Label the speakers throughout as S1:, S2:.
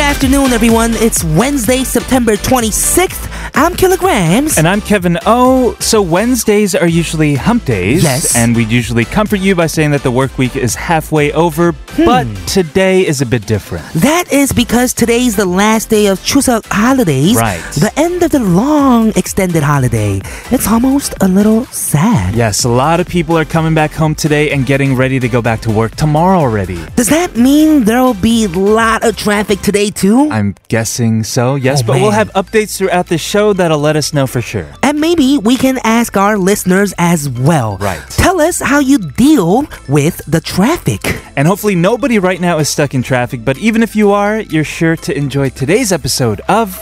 S1: afternoon, everyone. It's Wednesday, September 26th. I'm Kilograms.
S2: And I'm Kevin O. So Wednesdays are usually hump days.
S1: Yes.
S2: And we usually comfort you by saying that the work week is halfway over.
S1: Hmm.
S2: But today is a bit different.
S1: that is because today's the last day of Chuseok holidays.
S2: Right.
S1: The end of the long extended holiday. It's almost a little sad.
S2: Yes, a lot of people are coming back home today and getting ready to go back to work tomorrow already.
S1: Does that mean there'll be a lot of traffic today, too?
S2: I'm guessing so, yes,
S1: Oh,
S2: but we'll
S1: man.
S2: have updates throughout the show that'll let us know for sure.
S1: and maybe we can ask our listeners as well.
S2: Right.
S1: Tell us how you deal with the traffic.
S2: And hopefully, nobody right now is stuck in traffic, but even if you are, you're sure to enjoy today's episode of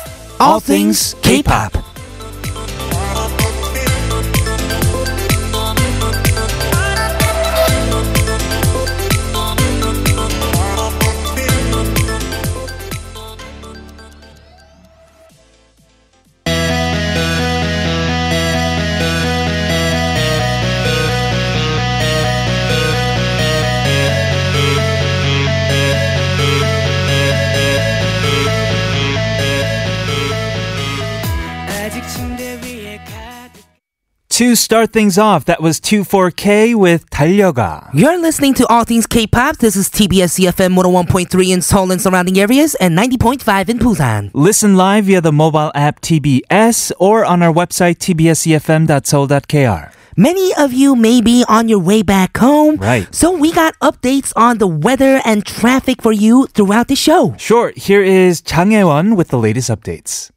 S2: To start things off, that was 24K with 달려가.
S1: You're listening to All Things K-pop. This is TBS CFM 101.3 in Seoul and surrounding areas and 90.5 in Busan.
S2: Listen live via the mobile app TBS or on our website E tbscfm.soul.kr.
S1: Many of you may be on your way back home.
S2: Right.
S1: So we got updates on the weather and traffic for you throughout the show.
S2: Sure, here is Chang Ewan with the latest updates.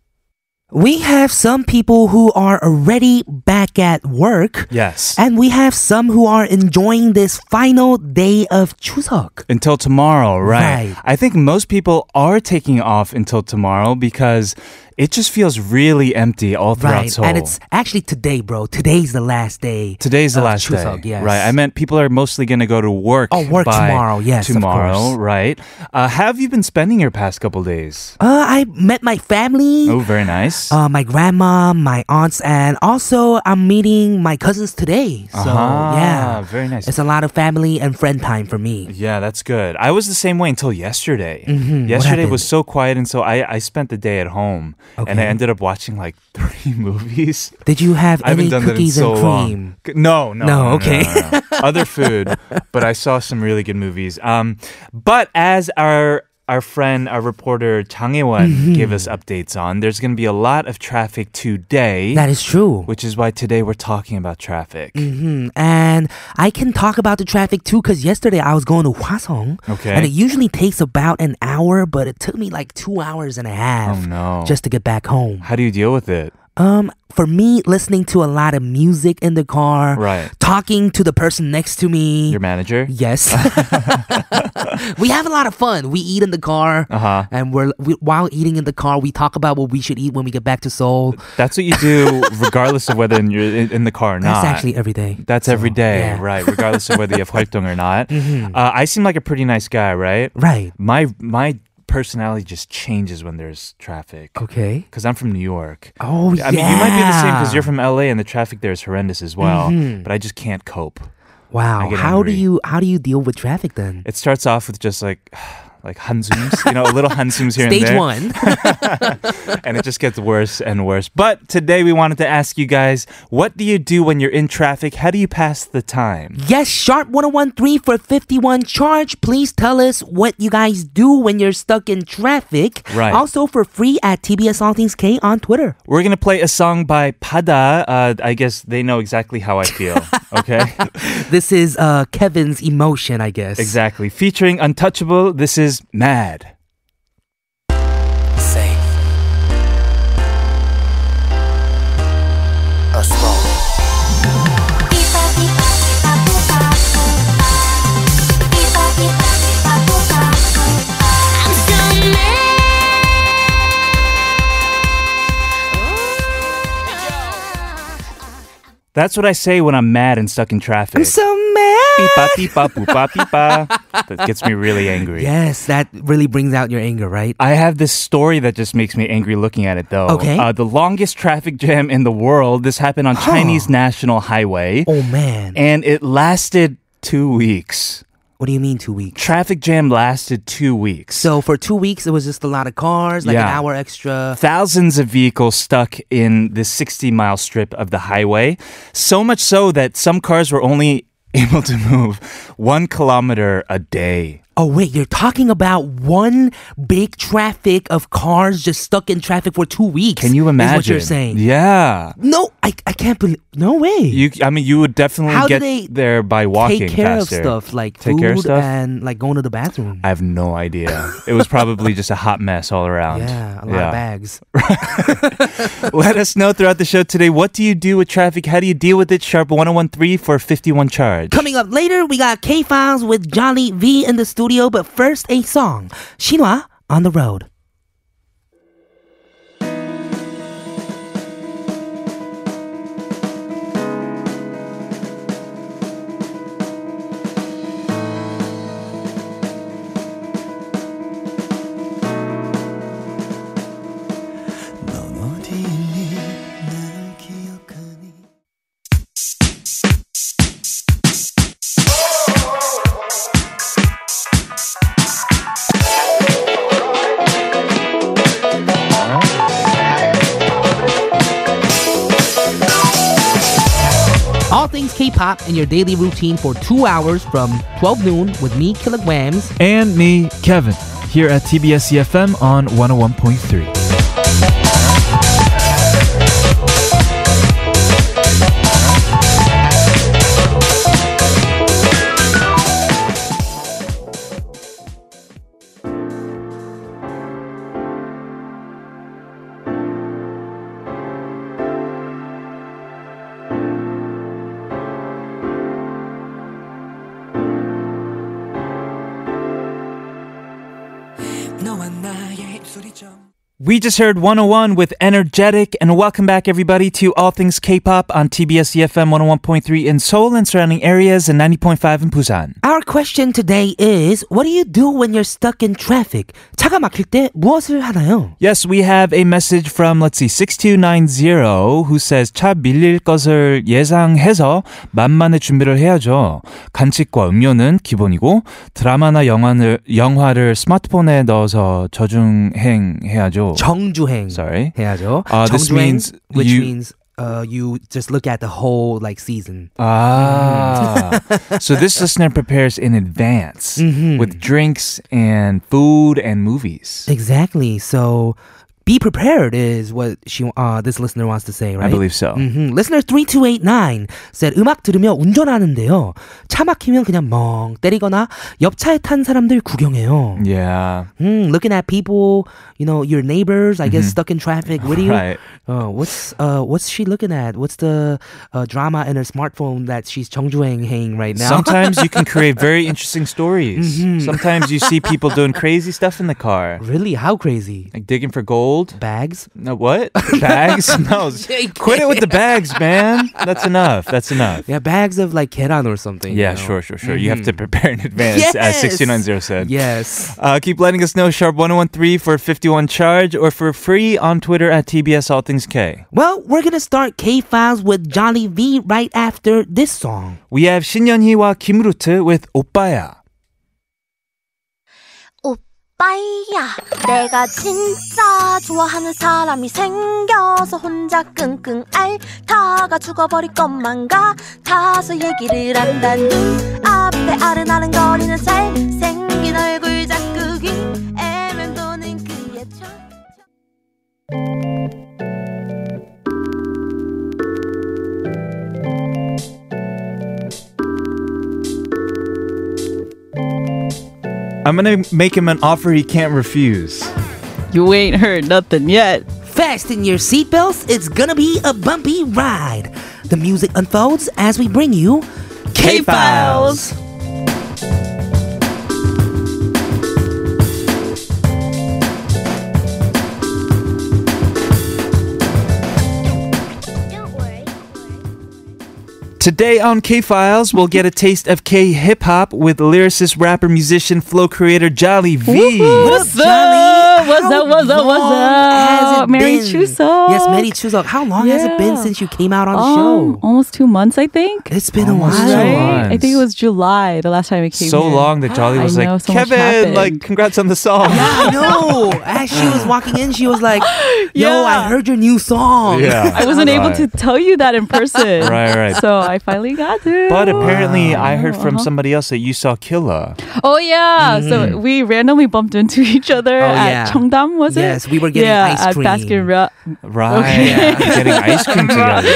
S1: We have some people who are already back at work.
S2: Yes.
S1: And we have some who are enjoying this final day of Chuseok.
S2: Until tomorrow, right?
S1: Right.
S2: I think most people are taking off until tomorrow because it just feels really empty all throughout Seoul.
S1: And it's actually today, bro. Today's the last day.
S2: Today's the
S1: of
S2: last
S1: Chuseok,
S2: day,
S1: yes.
S2: right? I meant people are mostly going to go to work.
S1: Oh, work
S2: by
S1: tomorrow, yes, of
S2: tomorrow,
S1: course.
S2: right? Uh, have you been spending your past couple days?
S1: Uh, I met my family.
S2: Oh, very nice.
S1: Uh, my grandma, my aunts, and also I'm meeting my cousins today. So
S2: Ah,
S1: yeah,
S2: very nice.
S1: It's a lot of family and friend time for me.
S2: Yeah, that's good. I was the same way until yesterday.
S1: Mm-hmm.
S2: Yesterday was so quiet, and so I, I spent the day at home, and I
S1: Okay.
S2: ended up watching like three movies.
S1: Did you have
S2: I haven't
S1: any
S2: done that in
S1: cookies
S2: so
S1: and cream?
S2: long. C- No, no,
S1: No, okay.
S2: no, no. Other food, but I saw some really good movies. Um, but as our our friend, our reporter Chang Ewan
S1: Mm-hmm.
S2: gave us updates on, there's going to be a lot of traffic today,
S1: That is true.
S2: which is why today we're talking about traffic.
S1: Hmm, And I can talk about the traffic too, because yesterday I was going to Hwasong.
S2: Okay.
S1: And it usually takes about an hour, but it took me like two hours and a half
S2: Oh no!
S1: just to get back home.
S2: How do you deal with it?
S1: Um, for me, listening to a lot of music in the car,
S2: Right.
S1: talking to the person next to me,
S2: Your manager?
S1: Yes. we have a lot of fun. We eat in the car.
S2: Uh-huh.
S1: And we're we, while eating in the car, we talk about what we should eat when we get back to Seoul.
S2: That's what you do, regardless of whether you're in, in the car or not.
S1: That's actually every day.
S2: That's every day,
S1: yeah. Mm-hmm.
S2: right? Regardless of whether you have 활동 or not. Uh, I seem like a pretty nice guy, right?
S1: Right.
S2: My my personality just changes when there's traffic.
S1: Okay.
S2: Because I'm from New York.
S1: Oh yeah.
S2: I mean, you might be the same because you're from LA and the traffic there is horrendous as well.
S1: Mm-hmm.
S2: But I just can't cope. I
S1: Wow.
S2: get
S1: How
S2: angry.
S1: do you how do you deal with traffic then?
S2: It starts off with just like, like hansums, you know, a little hansums here and
S1: Stage
S2: there.
S1: one.
S2: and it just gets worse and worse. But today we wanted to ask you guys, what do you do when you're in traffic? How do you pass the time?
S1: yes, sharp 1013 for 51 charge. Please tell us what you guys do when you're stuck in traffic.
S2: Right.
S1: Also for free at TBS All Things K on Twitter.
S2: We're gonna play a song by Pada. Uh, I guess they know exactly how I feel. Okay,
S1: This is uh Kevin's emotion, I guess.
S2: exactly. Featuring Untouchable. This is Mad.
S3: safe. A small.
S2: That's what I say when I'm mad and stuck in traffic.
S1: I'm so mad.
S2: Beepa, beepa, boopa, beepa. That gets me really angry.
S1: Yes, that really brings out your anger, right?
S2: I have this story that just makes me angry looking at it though.
S1: Okay.
S2: Uh, the longest traffic jam in the world. This happened on Chinese National Highway.
S1: Oh man.
S2: and it lasted two weeks.
S1: What do you mean two weeks?
S2: Traffic jam lasted two weeks.
S1: So for two weeks, it was just a lot of cars, like an
S2: Yeah.
S1: hour extra.
S2: thousands of vehicles stuck in this 60 mile strip of the highway. So much so that some cars were only able to move one kilometer a day.
S1: Oh wait, you're talking about one big traffic of cars just stuck in traffic for two weeks.
S2: Can you imagine?
S1: Is what you're saying?
S2: Yeah.
S1: No, I, I can't believe. No way.
S2: You, I mean, you would definitely
S1: How do
S2: get
S1: they
S2: there by walking
S1: take care
S2: faster.
S1: of stuff like
S2: Take
S1: food
S2: care of stuff?
S1: and like going to the bathroom.
S2: I have no idea. It was probably just a hot mess all around.
S1: yeah, a lot of bags.
S2: Let us know throughout the show today. What do you do with traffic? How do you deal with it? Sharp 1013 for 51 charge.
S1: Coming up later, we got K Files with Jolly V in the studio, but first a song, Shinwa on the Road. All things K pop in your daily routine for two hours from 12 noon with me, Kilograms.
S3: and me, Kevin, here at TBS EFM on 101.3.
S4: 너와 나의 입술이 좀
S2: We just heard 101 with Energetic, and welcome back, everybody, to All Things K pop on TBS EFM 101.3 in Seoul and surrounding areas and 90.5 in Busan.
S1: Our question today is What do you do when you're stuck in traffic? 차가 막힐 때 무엇을 하나요?
S2: Yes, we have a message from, let's see, 6290 who says, 차 밀릴 것을 예상해서 만만의 준비를 해야죠. 간식과 음료는 기본이고, 드라마나 영화를, 영화를 스마트폰에 넣어서 저중행해야죠.
S1: 정주행.
S2: Sorry.
S1: 해야죠.
S2: Uh, this
S1: 정주행,
S2: means
S1: which
S2: you-
S1: means uh, you just look at the whole like season.
S2: Ah. so this listener prepares in advance with drinks and food and movies.
S1: Exactly. So be prepared is what she uh, this listener wants to say, right?
S2: I believe so.
S1: 음, listener 3289 said 음악 들으며 운전하는데요. 차 막히면 그냥 멍 때리거나 옆 차에 탄 사람들 구경해요.
S2: Yeah.
S1: 음, looking at people, you know, your neighbors, I guess stuck in traffic. What do you
S2: Right.
S1: uh, what's uh what's she looking at? What's the uh, drama in her smartphone that she's 정주행ing right now? Mm-hmm.
S2: Sometimes you can create very interesting stories. Sometimes you see people doing crazy stuff in the car,
S1: really? How crazy?
S2: like digging for gold.
S1: Bags?
S2: No, what? Bags? No. Quit it with the bags, man. That's enough. That's enough.
S1: Yeah, bags of like 계란 or something.
S2: Yeah,
S1: you know?
S2: sure, sure, sure. You have to prepare in advance, as
S1: Yes!
S2: 6290 said.
S1: Yes.
S2: Uh, keep letting us know, sharp1013 for 51 charge or for free on Twitter at TBS All Things K.
S1: Well, we're gonna start K Files with Johnny V right after this song.
S2: We have 신년희와 김루트 with 오빠야.
S5: 오빠야 내가 진짜 좋아하는 사람이 생겨서 혼자 끙끙 앓다가 죽어버릴 것만 같아서 얘기를 한다 네 눈앞에 아른아른거리는 잘생긴 얼굴 자꾸 귀에만 도는 그의 참
S2: I'm gonna make him an offer he can't refuse.
S6: You ain't heard nothing yet.
S1: Fasten your seatbelts, it's gonna be a bumpy ride. The music unfolds as we bring you K Files.
S2: Today on K Files, we'll get a taste of K hip hop with lyricist, rapper, musician, flow creator Jolly V.
S6: What's
S1: Johnny,
S6: up? up? What's
S1: How
S6: up? What's up? What's
S1: long has
S6: up?
S1: it
S6: Mary
S1: been?
S6: Chuseok.
S1: Yes, Mary Chuseok. How long has it been
S6: Yeah.
S1: since you came out on
S6: Um,
S1: the show?
S6: almost two months, I think.
S1: It's been a
S2: almost two
S1: while.
S6: Right? I
S2: months.
S6: think it was July the last time it came.
S2: so
S6: here.
S2: long that Jolly
S6: I
S2: was
S6: know,
S2: like,
S6: so much
S2: Kevin,
S6: happened."
S2: like, congrats on the song.
S1: I know. As she was walking in, she was like, "Yo,
S6: Yeah.
S1: I heard your new song."
S6: I wasn't able
S2: Right.
S6: to tell you that in person.
S2: Right, right.
S6: So I finally got to.
S2: But apparently, I heard from
S6: uh-huh.
S2: somebody else that you saw Killa.
S6: oh yeah, so we randomly bumped into each other
S1: Mm-hmm. Oh, yeah.
S6: at Cheongdam, was it?
S1: Yes, we were getting
S6: yeah,
S1: ice
S6: at
S1: cream.
S6: Baskin Ro-
S2: Right. Getting ice cream together.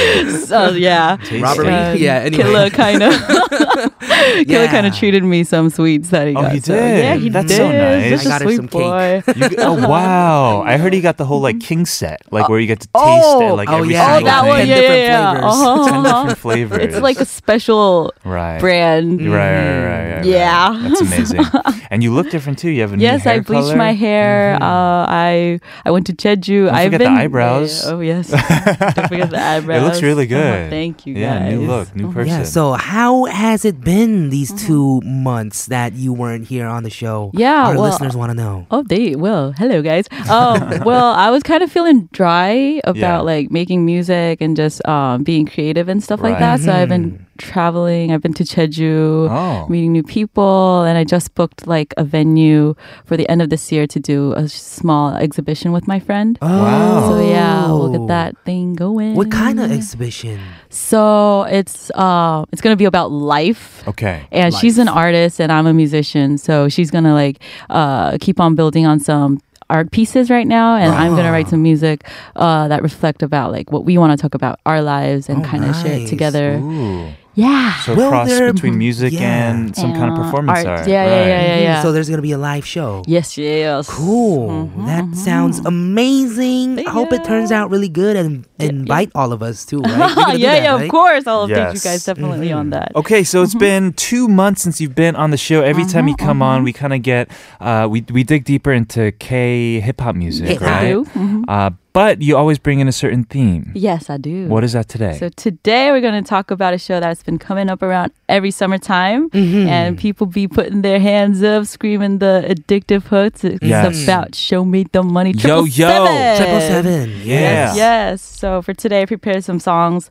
S6: uh, yeah.
S1: Robert,
S6: Uh,
S1: yeah. Anyway,
S6: Killer kind of Killer
S1: Yeah.
S6: kind of treated me some sweets that he
S2: Oh,
S6: got.
S2: he
S6: so,
S2: did?
S6: yeah, he
S2: That's
S6: did.
S2: so nice.
S6: Such
S1: I got
S6: a
S1: her
S6: sweet
S1: some cake.
S6: boy.
S2: You, g- oh
S6: Uh-huh.
S2: wow! I heard he got the whole like king set, like where you get to taste it,
S6: Mm-hmm. Oh.
S2: like
S1: Oh
S2: every
S1: yeah,
S6: Oh,
S2: single
S6: that
S2: thing.
S6: one, yeah,
S1: different
S6: yeah, yeah.
S1: flavors.
S6: Uh-huh,
S2: Ten
S6: uh-huh.
S2: different flavors.
S6: It's like a special
S2: right.
S6: brand.
S2: Right, right, right, right, right.
S6: Mm, Yeah.
S2: That's amazing. and you look different too. You have a
S6: Yes,
S2: new hair
S6: I bleached
S2: color. Mm-hmm.
S6: my hair. Uh, I I went to Jeju.
S2: Don't
S6: I've
S2: forget the
S6: been
S2: eyebrows.
S6: Oh yes, don't forget the eyebrows.
S2: It looks really
S6: Uh-huh,
S2: good.
S6: Thank you.
S2: Yeah,
S6: guys. Oh,
S2: new look, new person.
S1: Yeah, so how has it been these
S6: Mm-hmm.
S1: two months that you weren't here on the show?
S6: Yeah,
S1: our
S6: well,
S1: listeners want to know.
S6: Oh, they well, hello guys. Um, well, I was kind of feeling dry about
S2: Yeah.
S6: like making music and just um, being creative and stuff like
S2: Right. Hmm.
S6: that. So I've been traveling. I've been to Jeju,
S2: Oh.
S6: meeting new people, and I just booked like a venue for the end of this year to do a small exhibition with my friend.
S2: Wow.
S6: So yeah,
S2: Oh.
S6: we'll get that thing going.
S1: What kind of exhibition?
S6: So it's uh, it's gonna be about life.
S2: Okay.
S6: And she's an artist, and I'm a musician. So she's gonna like uh, keep on building on some art pieces right now, and I'm
S1: Ah.
S6: gonna write some music uh, that reflect about like what we want to talk about our lives and
S1: Oh,
S6: kind of share it
S1: nice.
S6: together.
S2: Ooh.
S6: Yeah.
S2: So
S1: Will
S2: cross
S1: there-
S2: between music
S1: Yeah.
S2: and some kind of
S6: Uh,
S2: performance art.
S6: art. Yeah, yeah, yeah, yeah, yeah.
S1: So there's gonna be a live show.
S6: yes, yes.
S1: Cool. that sounds amazing. I
S6: Thank
S1: hope it
S6: you.
S1: turns out really good and invite all of us too, right? We're gonna do
S6: Oh, yeah,
S1: that,
S6: yeah,
S1: right? Mm-hmm.
S6: of course. I'll update you
S2: Yes.
S6: guys definitely on that.
S2: Okay, so
S6: Mm-hmm.
S2: it's been two months since you've been on the show. Every time you come on,
S6: mm-hmm.
S2: we kind of get uh, we we dig deeper into K hip hop music,
S1: Yes, we
S2: right?
S6: do. Mhm.
S2: Uh, but you always bring in a certain theme.
S6: Yes, I do.
S2: What is that today?
S6: So today we're going to talk about a show that's been coming up around every summertime,
S2: Mm-hmm.
S6: and people be putting their hands up, screaming the addictive hooks. It's
S2: Yes.
S6: about "Show Me the Money."
S2: Yo,
S6: Triple
S2: yo.
S6: seven.
S1: Triple seven. Yes.
S2: Yeah.
S6: Yes, yes. So for today, I prepared some songs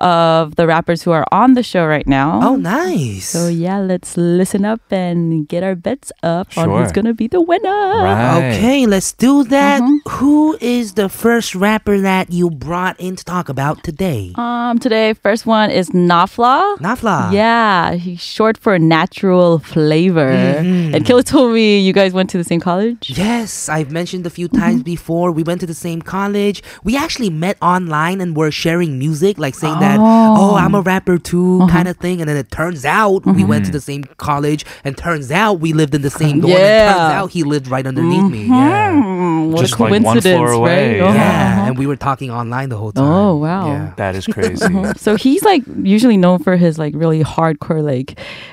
S6: of the rappers who are on the show right now.
S1: Oh, nice.
S6: So yeah, let's listen up and get our bets up on
S2: Sure.
S6: who's gonna be the winner.
S2: right.
S1: Okay, let's do that.
S6: Mm-hmm.
S1: Who is the first rapper that you brought in to talk about today?
S6: Um, today first one is Nafla.
S1: Nafla.
S6: Yeah, he's short for natural flavor.
S1: Mm-hmm.
S6: And Killa told me you guys went to the same college.
S1: Yes, I've mentioned a few times
S6: Mm-hmm.
S1: before. We went to the same college. We actually met online and were sharing music, like saying that, oh, I'm a rapper too,
S6: Uh-huh.
S1: kind of thing. And then it turns out we went to
S6: Mm-hmm.
S1: the same college, and turns out we lived in the same dorm. And turns
S6: Yeah.
S1: out he lived right underneath me. Yeah.
S6: Hmm, what
S2: Just
S6: a
S2: like one
S6: coincidence,
S2: floor away,
S6: right? Uh-huh,
S1: Mm, Yeah.
S6: uh-huh.
S1: And we were talking online the whole time.
S6: Oh, wow.
S1: Yeah.
S2: That is crazy.
S6: So he's like usually known for his like really hardcore like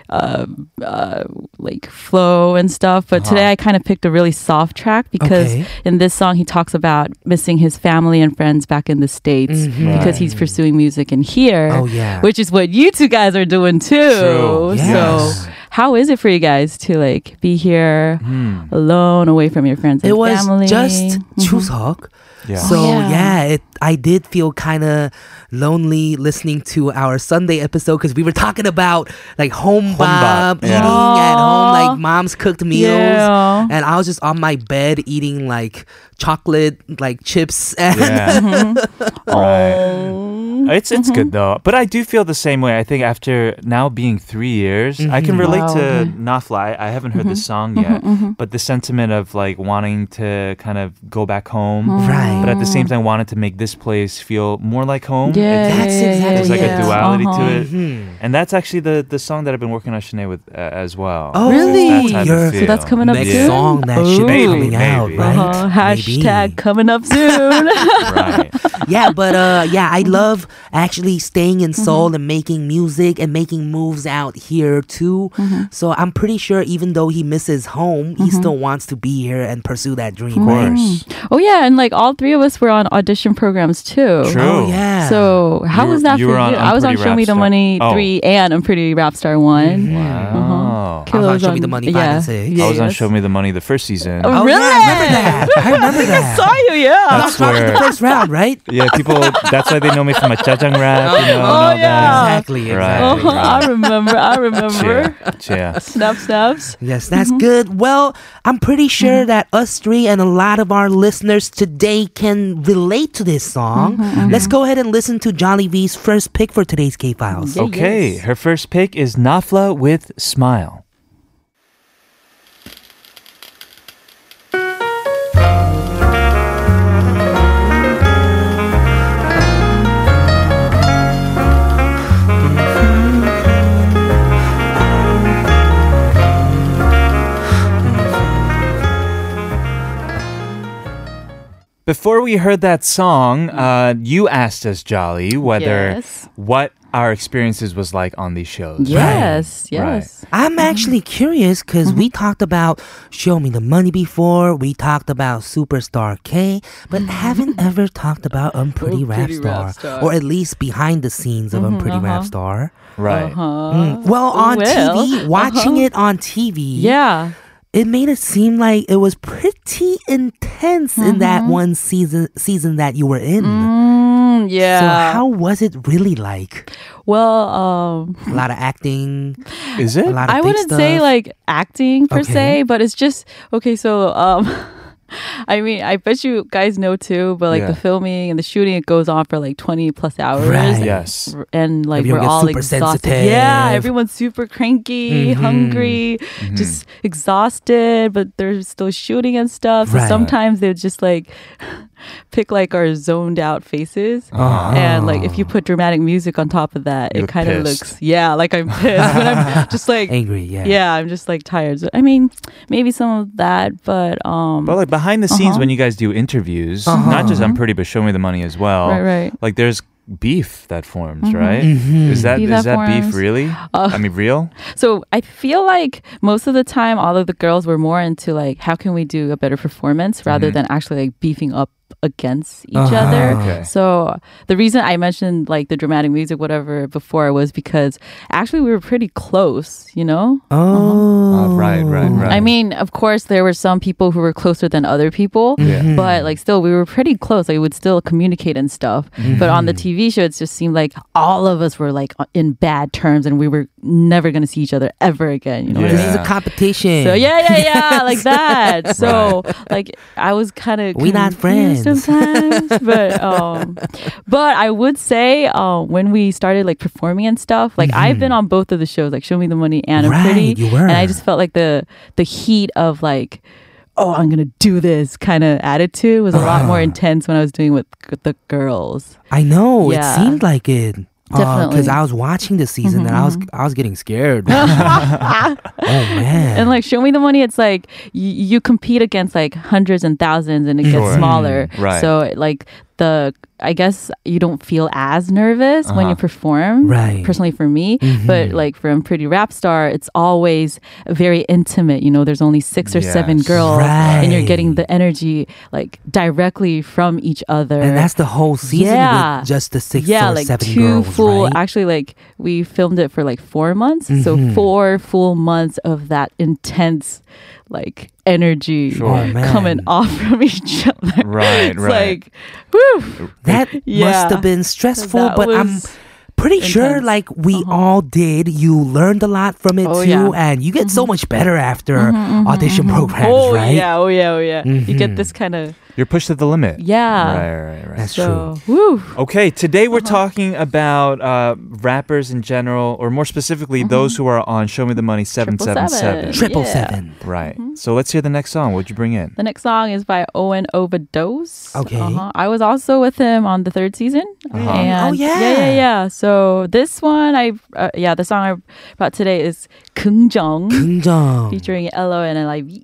S6: uh, uh like flow and stuff, but today I kind of picked a really soft track because
S1: Uh-huh. Okay.
S6: in this song he talks about missing his family and friends back in the states because he's pursuing music in here.
S1: Mm-hmm. Oh, yeah.
S6: Which is what you two guys are doing too.
S2: True.
S1: Yes.
S6: So how is it for you guys to like be here
S2: Hmm.
S6: alone away from your friends and
S1: It was
S6: family? Mm-hmm. Oh,
S1: just Chuseok.
S2: Yeah.
S1: So
S6: yeah.
S1: yeah, it, I did feel kind of lonely listening to our Sunday episode because we were talking about like home
S2: Home
S1: bob,
S2: bop, yeah.
S1: eating at home, like mom's cooked meals,
S6: Yeah.
S1: and I was just on my bed eating like chocolate, like chips. And
S2: Yeah.
S6: Mm-hmm. Oh.
S2: right. It's it's good though, but I do feel the same way. I think after now being three years, I
S1: Mm-hmm.
S2: can relate
S6: Wow. Mm-hmm.
S2: to Nafly. I haven't heard this song yet, but the sentiment of like wanting to kind of go back home,
S6: Oh.
S1: Right.
S2: But at the same time, wanted to make this place feel more like home. It's-
S6: Yeah,
S1: That's
S6: yeah, yeah,
S1: exactly-
S6: yeah,
S2: There's like
S6: yeah.
S2: a duality
S6: Uh-huh.
S2: to it,
S1: Mm-hmm.
S2: and that's actually the the song that I've been working on Shanae with uh, as well.
S1: Oh,
S6: Really?
S2: It's that type of
S1: You're-
S6: So that's
S2: feel.
S6: coming up
S1: Next
S6: soon.
S1: song that should be
S2: Maybe,
S1: coming out,
S2: maybe.
S1: right?
S6: Uh-huh.
S1: Maybe.
S6: Hashtag coming up soon.
S2: right.
S1: yeah, but uh, yeah, I love actually staying in Seoul and making music and making moves out here too. So I'm pretty sure even though he misses home, he still wants to be here and pursue that dream.
S2: Of
S1: right?
S2: course.
S6: oh yeah, and like all three of us were on audition programs too.
S2: True.
S1: Oh yeah.
S6: So how
S2: You
S6: was
S2: were-
S6: that
S2: you
S6: for
S2: were on
S6: you? I was on
S2: Unpretty
S6: Show Me the
S2: Rapstar.
S6: Money
S2: Oh.
S6: three and I'm Pretty Rap Star one.
S2: Wow. Oh.
S1: I was on
S6: Kilo's
S1: Uh-huh, Show Me the Money five
S6: yeah.
S1: and six.
S6: yeah,
S2: I was on
S6: yes.
S2: Show Me the Money the first season.
S6: Oh,
S1: Oh,
S6: really?
S1: Yeah, I remember that. I remember that.
S6: Saw you, yeah.
S2: That's
S1: Sorry, the
S2: where,
S1: first round, right?
S2: yeah, people. That's why they know me from a jajang rap, you know, and
S6: Oh,
S2: all
S6: yeah.
S2: that.
S1: Exactly.
S2: Right.
S1: exactly.
S6: Oh, I remember. I remember.
S2: Yeah, yeah.
S6: Snap, snaps.
S1: Yes, that's good. Well, I'm pretty sure that us three and a lot of our listeners today can relate to this song. Let's go ahead and listen to Jolly V's first pick for today's K Files.
S6: Yeah,
S2: Okay,
S6: yes.
S2: her first pick is Nafla with Smile. Before we heard that song, uh, you asked us, Jolly, whether
S6: Yes.
S2: what our experiences was like on these shows.
S6: Yes,
S2: Right.
S6: yes.
S1: I'm actually curious because we
S6: Mm-hmm.
S1: talked about Show Me the Money before, we talked about Superstar K, but haven't ever talked about Unpretty Rap,
S6: Unpretty
S1: Star,
S6: Mm-hmm. Oh, Rap Star. Mm-hmm, uh-huh.
S1: or at least behind the scenes of Unpretty Rap Star.
S2: Right.
S1: Mm. Well, on
S6: Uh, well, uh-huh.
S1: TV, watching it on TV,
S6: Yeah.
S1: it made it seem like it was pretty intense in that one season season that you were in.
S6: Mm-hmm.
S1: So
S6: Mm, yeah.
S1: how was it really like?
S6: well, um,
S1: A lot of acting,
S2: Is
S1: a
S2: it?
S1: lot of big
S6: I wouldn't say
S1: stuff.
S6: like acting per
S1: Okay.
S6: se, but it's just okay. So, um, I mean, I bet you guys know too, but like
S2: Yeah.
S6: the filming and the shooting, it goes on for like twenty plus hours.
S1: Right.
S2: Yes.
S6: r- and like
S1: Everyone
S6: we're
S1: gets
S6: all
S1: super
S6: exhausted.
S1: sensitive. Mm-hmm.
S6: Yeah, everyone's super cranky, hungry, just exhausted, but they're still shooting and stuff. So
S1: Right.
S6: sometimes they just like pick like our zoned out faces.
S1: Oh,
S6: And like
S1: Ah.
S6: if you put dramatic music on top of that,
S2: You
S6: it
S2: look
S6: kind of
S2: pissed.
S6: looks yeah, like I'm pissed, but I'm just like
S1: angry, yeah.
S6: yeah, I'm just like tired. So, I mean, maybe some of that, but um
S2: But like behind the scenes, when you guys do interviews, not just I'm pretty, but show me the money as well.
S6: Uh-huh. Right, right.
S2: Like there's beef that forms, right? Is that
S6: Mm-hmm. Beef
S2: is
S6: that
S2: that beef
S6: forms. Uh,
S2: really? I mean, real?
S6: So I feel like most of the time, all of the girls were more into like, how can we do a better performance rather than actually like beefing up against each other.
S2: Okay.
S6: So the reason I mentioned like the dramatic music, whatever, before was because actually we were pretty close, you know?
S1: Oh,
S2: Oh, right, right, right.
S6: I mean, of course, there were some people who were closer than other people,
S2: Yeah.
S6: but like still, we were pretty close. Like, we would still communicate and stuff. But on the TV show, it just seemed like all of us were like in bad terms, and we were never going to see each other ever again. You know, what I
S1: This is a
S2: Yeah.
S1: competition.
S6: so yeah, yeah, yeah, like that. So like I was kind of
S1: We not friends.
S6: sometimes, but um, but I would say um, when we started like performing and stuff, like I've been on both of the shows, like Show Me the Money and I'm
S1: Mm-hmm. Right,
S6: Pretty,
S1: you were.
S6: and I just felt like the the heat of like. Oh, I'm gonna do this kind of attitude was a
S1: Ah.
S6: lot more intense when I was doing with g- the girls.
S1: I know. It
S6: Yeah.
S1: seemed like it. Because
S6: Definitely. Mm-hmm.
S1: I was watching the season and I was I was getting scared. oh man!
S6: And like, show me the money. It's like you, you compete against like hundreds and thousands, and it gets
S2: Sure.
S6: smaller.
S2: Mm, right.
S6: So like the, I guess you don't feel as nervous when
S2: Uh-huh.
S6: you perform.
S1: Right.
S6: Personally, for me,
S2: Mm-hmm.
S6: but like from Pretty Rap Star, it's always very intimate. You know, there's only six or seven
S2: Yes.
S6: girls, and you're getting
S1: Right.
S6: the energy like directly from each other.
S1: and that's the whole season
S6: Yeah.
S1: with just the six
S6: yeah,
S1: or
S6: like
S1: seven
S6: two
S1: girls,
S6: full.
S1: right? Mm-hmm.
S6: Actually, like we filmed it for like four months, so four full months of that intense, like energy
S2: Sure. Oh,
S1: man.
S6: coming off from each other.
S2: Right,
S6: it's
S2: right.
S6: like, whew.
S1: That
S6: Yeah.
S1: must have been stressful,
S6: That
S1: but I'm
S6: was
S1: pretty sure
S6: intense. Uh-huh.
S1: like we all did. You learned a lot from it
S6: Oh,
S1: too,
S6: yeah. Mm-hmm.
S1: and you get so much better after audition programs,
S6: Oh
S1: right? Mm-hmm.
S6: yeah, oh yeah, oh yeah. You get this kind of
S2: You're pushed to the limit.
S6: Yeah.
S2: Right, right, right.
S1: That's true.
S6: so whew.
S2: Okay, today we're
S6: Uh-huh.
S2: talking about uh, rappers in general, or more specifically,
S6: Mm-hmm.
S2: those who are on Show Me the Money 777.
S1: Triple
S6: Yeah.
S1: seven.
S2: Right. So let's hear the next song. What'd you bring in?
S6: The next song is by Owen Overdose.
S1: Okay.
S6: Uh-huh. I was also with him on the third season. And
S1: Oh, yeah.
S2: Uh-huh.
S6: Yeah, yeah, yeah. So this one, I uh, yeah, the song I brought today is 긍정
S1: Kingdom.
S6: featuring Elo and LIVE.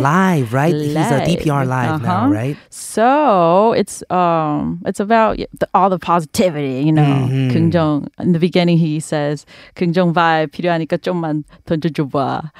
S1: Live, right? He's a
S6: Live.
S1: DPR live now,
S6: Uh-huh.
S1: right?
S6: So it's um it's about the, all the positivity, you know. 긍정 in the beginning he says 긍정 vibe 필요하니까 좀만 던져줘봐.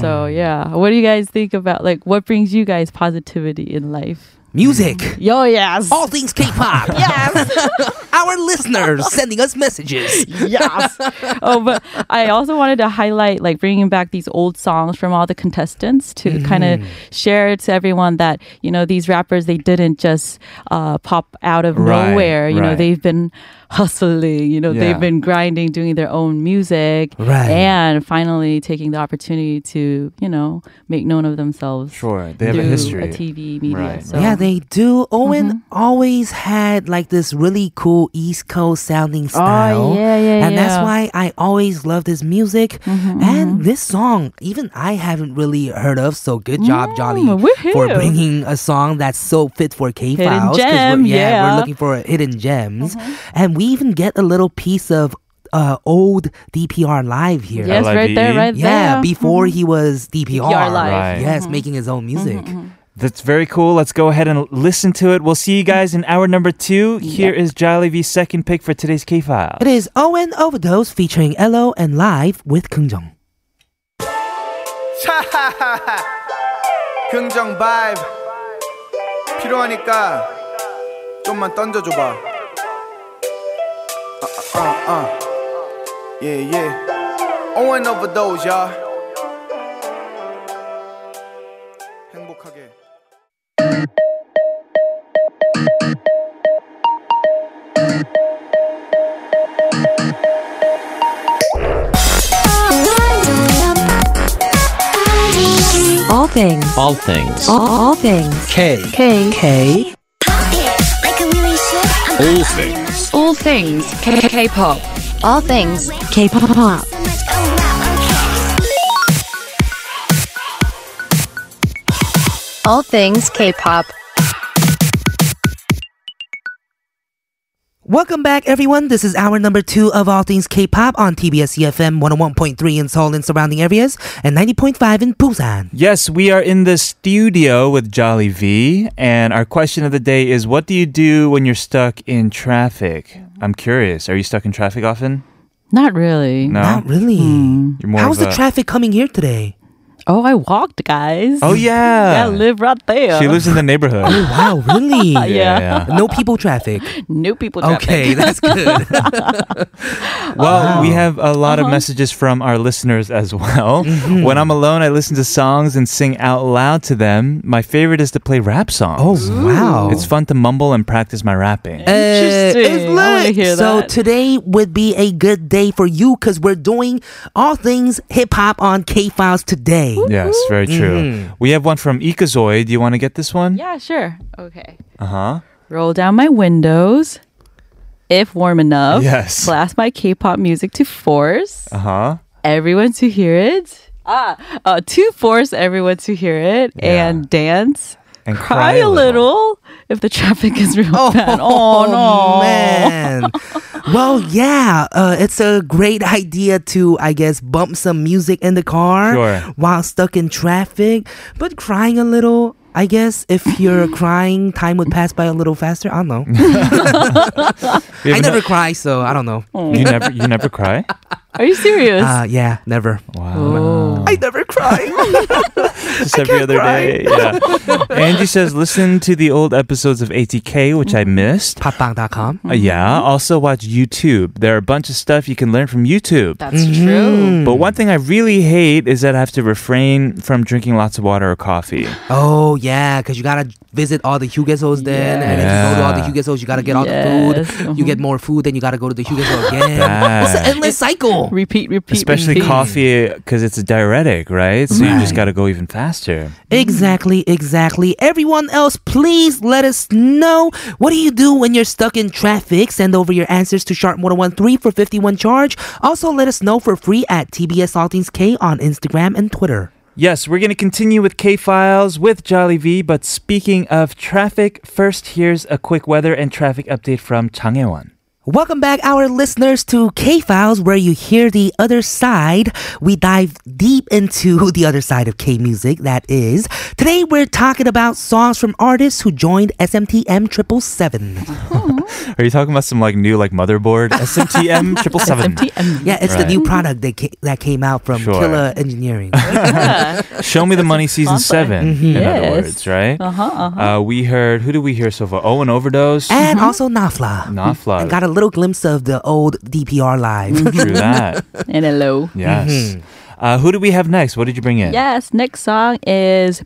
S6: So yeah, what do you guys think about like what brings you guys positivity in life?
S1: music,
S6: Yo, yes.
S1: all things K-pop. yes, our listeners sending us messages.
S6: yes. oh, but I also wanted to highlight, like, bringing back these old songs from all the contestants to
S2: Mm-hmm.
S6: kind of share to everyone that you know these rappers they didn't just uh, pop out of
S2: Right,
S6: nowhere. You know,
S2: right.
S6: they've been hustling. You know,
S2: Yeah.
S6: they've been grinding, doing their own music,
S1: Right.
S6: and finally taking the opportunity to you know make known of themselves.
S2: Sure, they have a
S6: through
S2: history.
S6: TV media.
S2: Right.
S6: So. mm-hmm.
S1: Yeah, they do. Owen always had like this really cool East Coast sounding style.
S6: Oh, yeah, yeah,
S1: And that's
S6: yeah. Mm-hmm,
S1: why I always loved his music. and this song, even I haven't really heard of. So good job, Johnny,
S6: Mm, woohoo.
S1: for bringing a song that's so fit for K files. 'cause
S6: gem,
S1: we're- yeah,
S6: yeah. Mm-hmm.
S1: we're looking for hidden gems. And we even get a little piece of uh, old DPR live here.
S6: Yes, Mm-hmm. right there,
S2: LIVE.
S6: right
S1: Yeah,
S6: there.
S1: before he was DPR.
S6: DPR live. Mm-hmm.
S2: Right.
S1: Yes, making his own music.
S2: That's very cool. Let's go ahead and listen to it. We'll see you guys in hour number two. Here is Jollibee's second pick for today's K File.
S1: It is Owen Overdose featuring Elo and Live with Kungjong.
S7: 긍정 바이브 필요하니까 좀만 던져줘봐 아, 아, 아, 예, 아. Yeah, yeah. Owen overdose, y'all. 행복하게.
S8: All things. All things. All, all things. K. K. K.
S9: All things.
S8: All things. K. K. Pop. All things. K. Pop. All things K. Pop.
S1: Welcome back, everyone. This is hour number two of All Things K-pop on TBS EFM 101.3 in Seoul and surrounding areas and 90.5 in Busan.
S2: Yes, we are in the studio with Jolly V, and our question of the day is what do you do when you're stuck in traffic? I'm curious. Are you stuck in traffic often?
S6: Not really.
S2: No.
S1: Not really.
S2: You're more
S1: How's
S2: of
S1: the
S2: a-
S1: traffic coming here today?
S6: Oh, I walked, guys.
S2: Oh yeah.
S6: I live right there.
S2: She lives in the neighborhood.
S1: Wow, really?
S2: yeah.
S1: No people traffic.
S6: New people. traffic.
S1: Okay, that's good.
S2: Well, we have a lot
S6: Uh-huh.
S2: of messages from our listeners as well.
S1: Mm-hmm.
S2: When I'm alone, I listen to songs and sing out loud to them. My favorite is to play rap
S1: oh,
S2: songs.
S1: wow.
S2: It's fun to mumble and practice my rapping.
S1: Uh,
S6: Interesting.
S1: it's
S6: I wanna
S1: lit.
S6: hear
S1: so
S6: that.
S1: today would be a good day for you because we're doing all things hip hop on K Files today.
S2: Yes, very true.
S1: Mm-hmm.
S2: We have one from Ikazoid. Do you want to get this one?
S6: Yeah, sure. Okay.
S2: Uh huh.
S6: Roll down my windows. If warm enough,
S2: Yes.
S6: blast my K-pop music to force
S2: Uh huh.
S6: everyone to hear it. Ah, uh, to force everyone to hear it
S2: Yeah.
S6: and dance,
S2: And
S6: cry, a little if the traffic is real bad. Oh no!
S1: man. well, yeah, uh, it's a great idea to, I guess, bump some music in the car
S2: Sure.
S1: while stuck in traffic, but crying a little. I guess if you're crying, time would pass by a little faster. I don't know.
S2: You,
S1: I
S2: ever-
S1: never cry, so I don't know.
S2: you never. You never cry.
S6: Are you serious?
S1: Uh, yeah, never.
S6: Oh.
S1: I never cry.
S2: Just every other day. Yeah. Angie says, listen to the old episodes of ATK, which
S6: Mm-hmm.
S2: I missed.
S1: Popbang.com.
S2: Uh, yeah. Also watch YouTube. There are a bunch of stuff you can learn from YouTube.
S6: That's true.
S2: but one thing I really hate is that I have to refrain from drinking lots of water or coffee.
S1: Oh yeah, because you gotta visit all the Hugesos then, and if you go to all the Hugesos, you gotta get all the
S6: Yes,
S1: food. You get more food, then you gotta go to the Hugeso again. It's an
S6: uh,
S2: Bad.
S1: endless cycle.
S6: Repeat, repeat,
S2: Especially
S6: repeat.
S2: coffee because it's a diuretic, right? So you just got to go even faster.
S1: Exactly, exactly. Everyone else, please let us know what do you do when you're stuck in traffic? Send over your answers to Sharp1013 for 51 charge. Also, let us know for free at TBS All Things K on Instagram and Twitter.
S2: Yes, we're going to continue with K Files with Jolly V. But speaking of traffic, first here's a quick weather and traffic update from Changyeon.
S1: Welcome back, our listeners, to K Files, where you hear the other side. We dive deep into the other side of K music, that is. Today, we're talking about songs from artists who joined SMTM 777.
S2: Are you talking about some like new like motherboard SMTM triple seven?
S6: SMTM.
S1: Yeah, it's the
S2: Right.
S1: new product that, ca- that came out from
S2: Sure.
S1: Killer Engineering.
S2: Show me the money season
S6: Awesome.
S2: 7 in other
S6: Yes.
S2: words, right?
S6: Uh-huh, uh-huh. Eh.
S2: Uh, we heard who did we hear so far? Oh, an overdose.
S1: and also Nafla.
S2: Not
S1: I
S2: fly.
S1: got a little glimpse of the old DPR live.
S2: True that.
S6: And hello.
S2: Yes.
S1: Mm-hmm.
S2: Uh, who do we have next? What did you bring in?
S6: Yes, next song is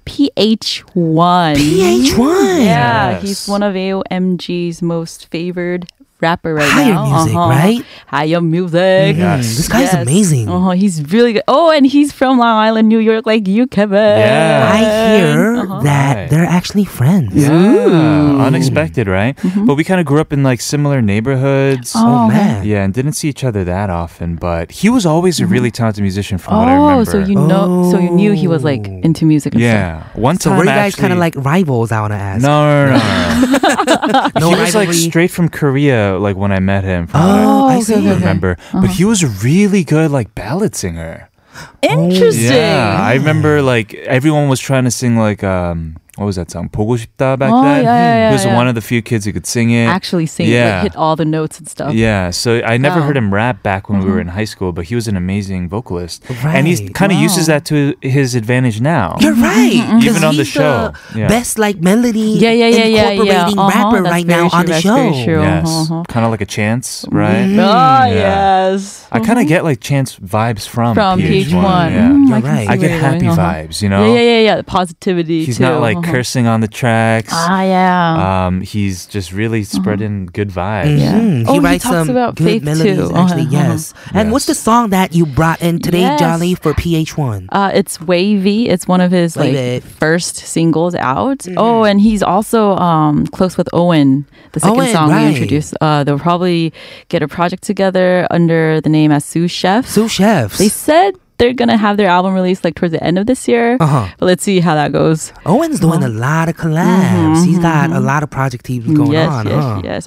S6: PH1.
S1: PH1.
S6: Yeah,
S2: Yes.
S6: he's one of AOMG's most favored rapper right
S1: Higher
S6: now. Uh-huh.
S1: music, right?
S6: Higher music.
S2: Yes. Uh-huh.
S1: This guy's amazing.
S6: Oh, he's really good. Oh, and he's from Long Island, New York, like you, Kevin. Uh-huh.
S2: Yeah.
S1: I hear that
S2: Uh-huh. Right.
S1: they're actually friends.
S2: Yeah. Ah, Unexpected, right?
S6: Mm-hmm.
S2: But we kind of grew up in like similar neighborhoods.
S1: Oh, man.
S2: Yeah, and didn't see each other that often, but he was always a really talented musician from what I
S6: Mm-hmm. Oh,
S2: remember.
S6: so you know, so you knew he was like
S1: Oh.
S6: into music. And Stuff.
S2: Yeah. One
S1: So
S2: time
S1: were you guys kind
S2: actually-
S1: of like rivals? I want to ask.
S2: No, no, no. no, no.
S1: No
S2: he was like
S1: rivalry?
S2: straight from Korea, like when I met him. From what I
S1: Oh, I
S6: okay,
S1: see.
S6: okay, okay.
S2: remember. But
S6: Uh-huh.
S2: he was a really good like ballad singer.
S1: Oh,
S6: Interesting.
S2: Yeah, I remember like everyone was trying to sing like um what was that song? 보고 싶다 back
S6: Oh,
S2: then.
S6: yeah, yeah,
S2: he was
S6: yeah,
S2: one
S6: yeah.
S2: of the few kids who could sing it.
S6: Actually, sing,
S2: Yeah.
S6: like, hit all the notes and stuff.
S2: Yeah, so I never
S6: Wow. Mm-hmm.
S2: heard him rap back when we were in high school, but he was an amazing vocalist, and he
S1: Right.
S2: kind of uses that to his advantage now.
S1: You're right. 'cause
S2: Mm-hmm. Even on the
S1: he's
S2: show. Yeah.
S1: best like melody
S6: Yeah, yeah, yeah, yeah, yeah.
S1: incorporating
S6: Uh-huh,
S1: rapper
S6: that's
S1: right
S6: very
S1: now on the
S6: true, that's very
S1: show.
S6: true.
S2: Yes,
S6: Uh-huh, uh-huh.
S2: kind of like a Chance, right?
S1: Mm,
S6: Oh,
S2: Yeah.
S6: yes.
S2: I kind of get like Chance vibes from
S6: From
S2: PH1.
S6: PH1.
S2: Yeah.
S6: Mm,
S1: You're
S6: I can
S1: right.
S6: see
S2: I get
S6: where you're
S2: happy
S6: going. Uh-huh.
S2: vibes, you know.
S6: Yeah, yeah, yeah, yeah. The positivity.
S2: He's
S6: too.
S2: not like
S6: Uh-huh.
S2: cursing on the tracks.
S6: Ah, yeah.
S1: Uh-huh.
S2: Um, he's just really spreading good vibes.
S6: Yeah.
S1: Mm,
S6: Oh,
S1: he
S6: he
S1: writes
S6: talks
S1: some
S6: about
S1: good
S6: faith
S1: melodies.
S6: too.
S1: Actually,
S6: Uh-huh,
S1: yes. And what's the song that you brought in today,
S6: Yes.
S1: Jolly, for PH1?
S6: Uh, it's Wavy. It's one of his like
S1: Wavy.
S6: first singles out.
S2: Mm-hmm.
S6: Oh, and he's also um, close with Owen. The second
S1: Owen,
S6: song
S1: right.
S6: we introduced, uh, they'll probably get a project together under the name as Sous Chef.
S1: Sous Chefs.
S6: they said they're gonna have their album released like towards the end of this year,
S1: Uh-huh.
S6: but let's see how that goes.
S1: Owen's doing a lot of collabs. He's got a lot of project teams going
S6: Mm-hmm. yes,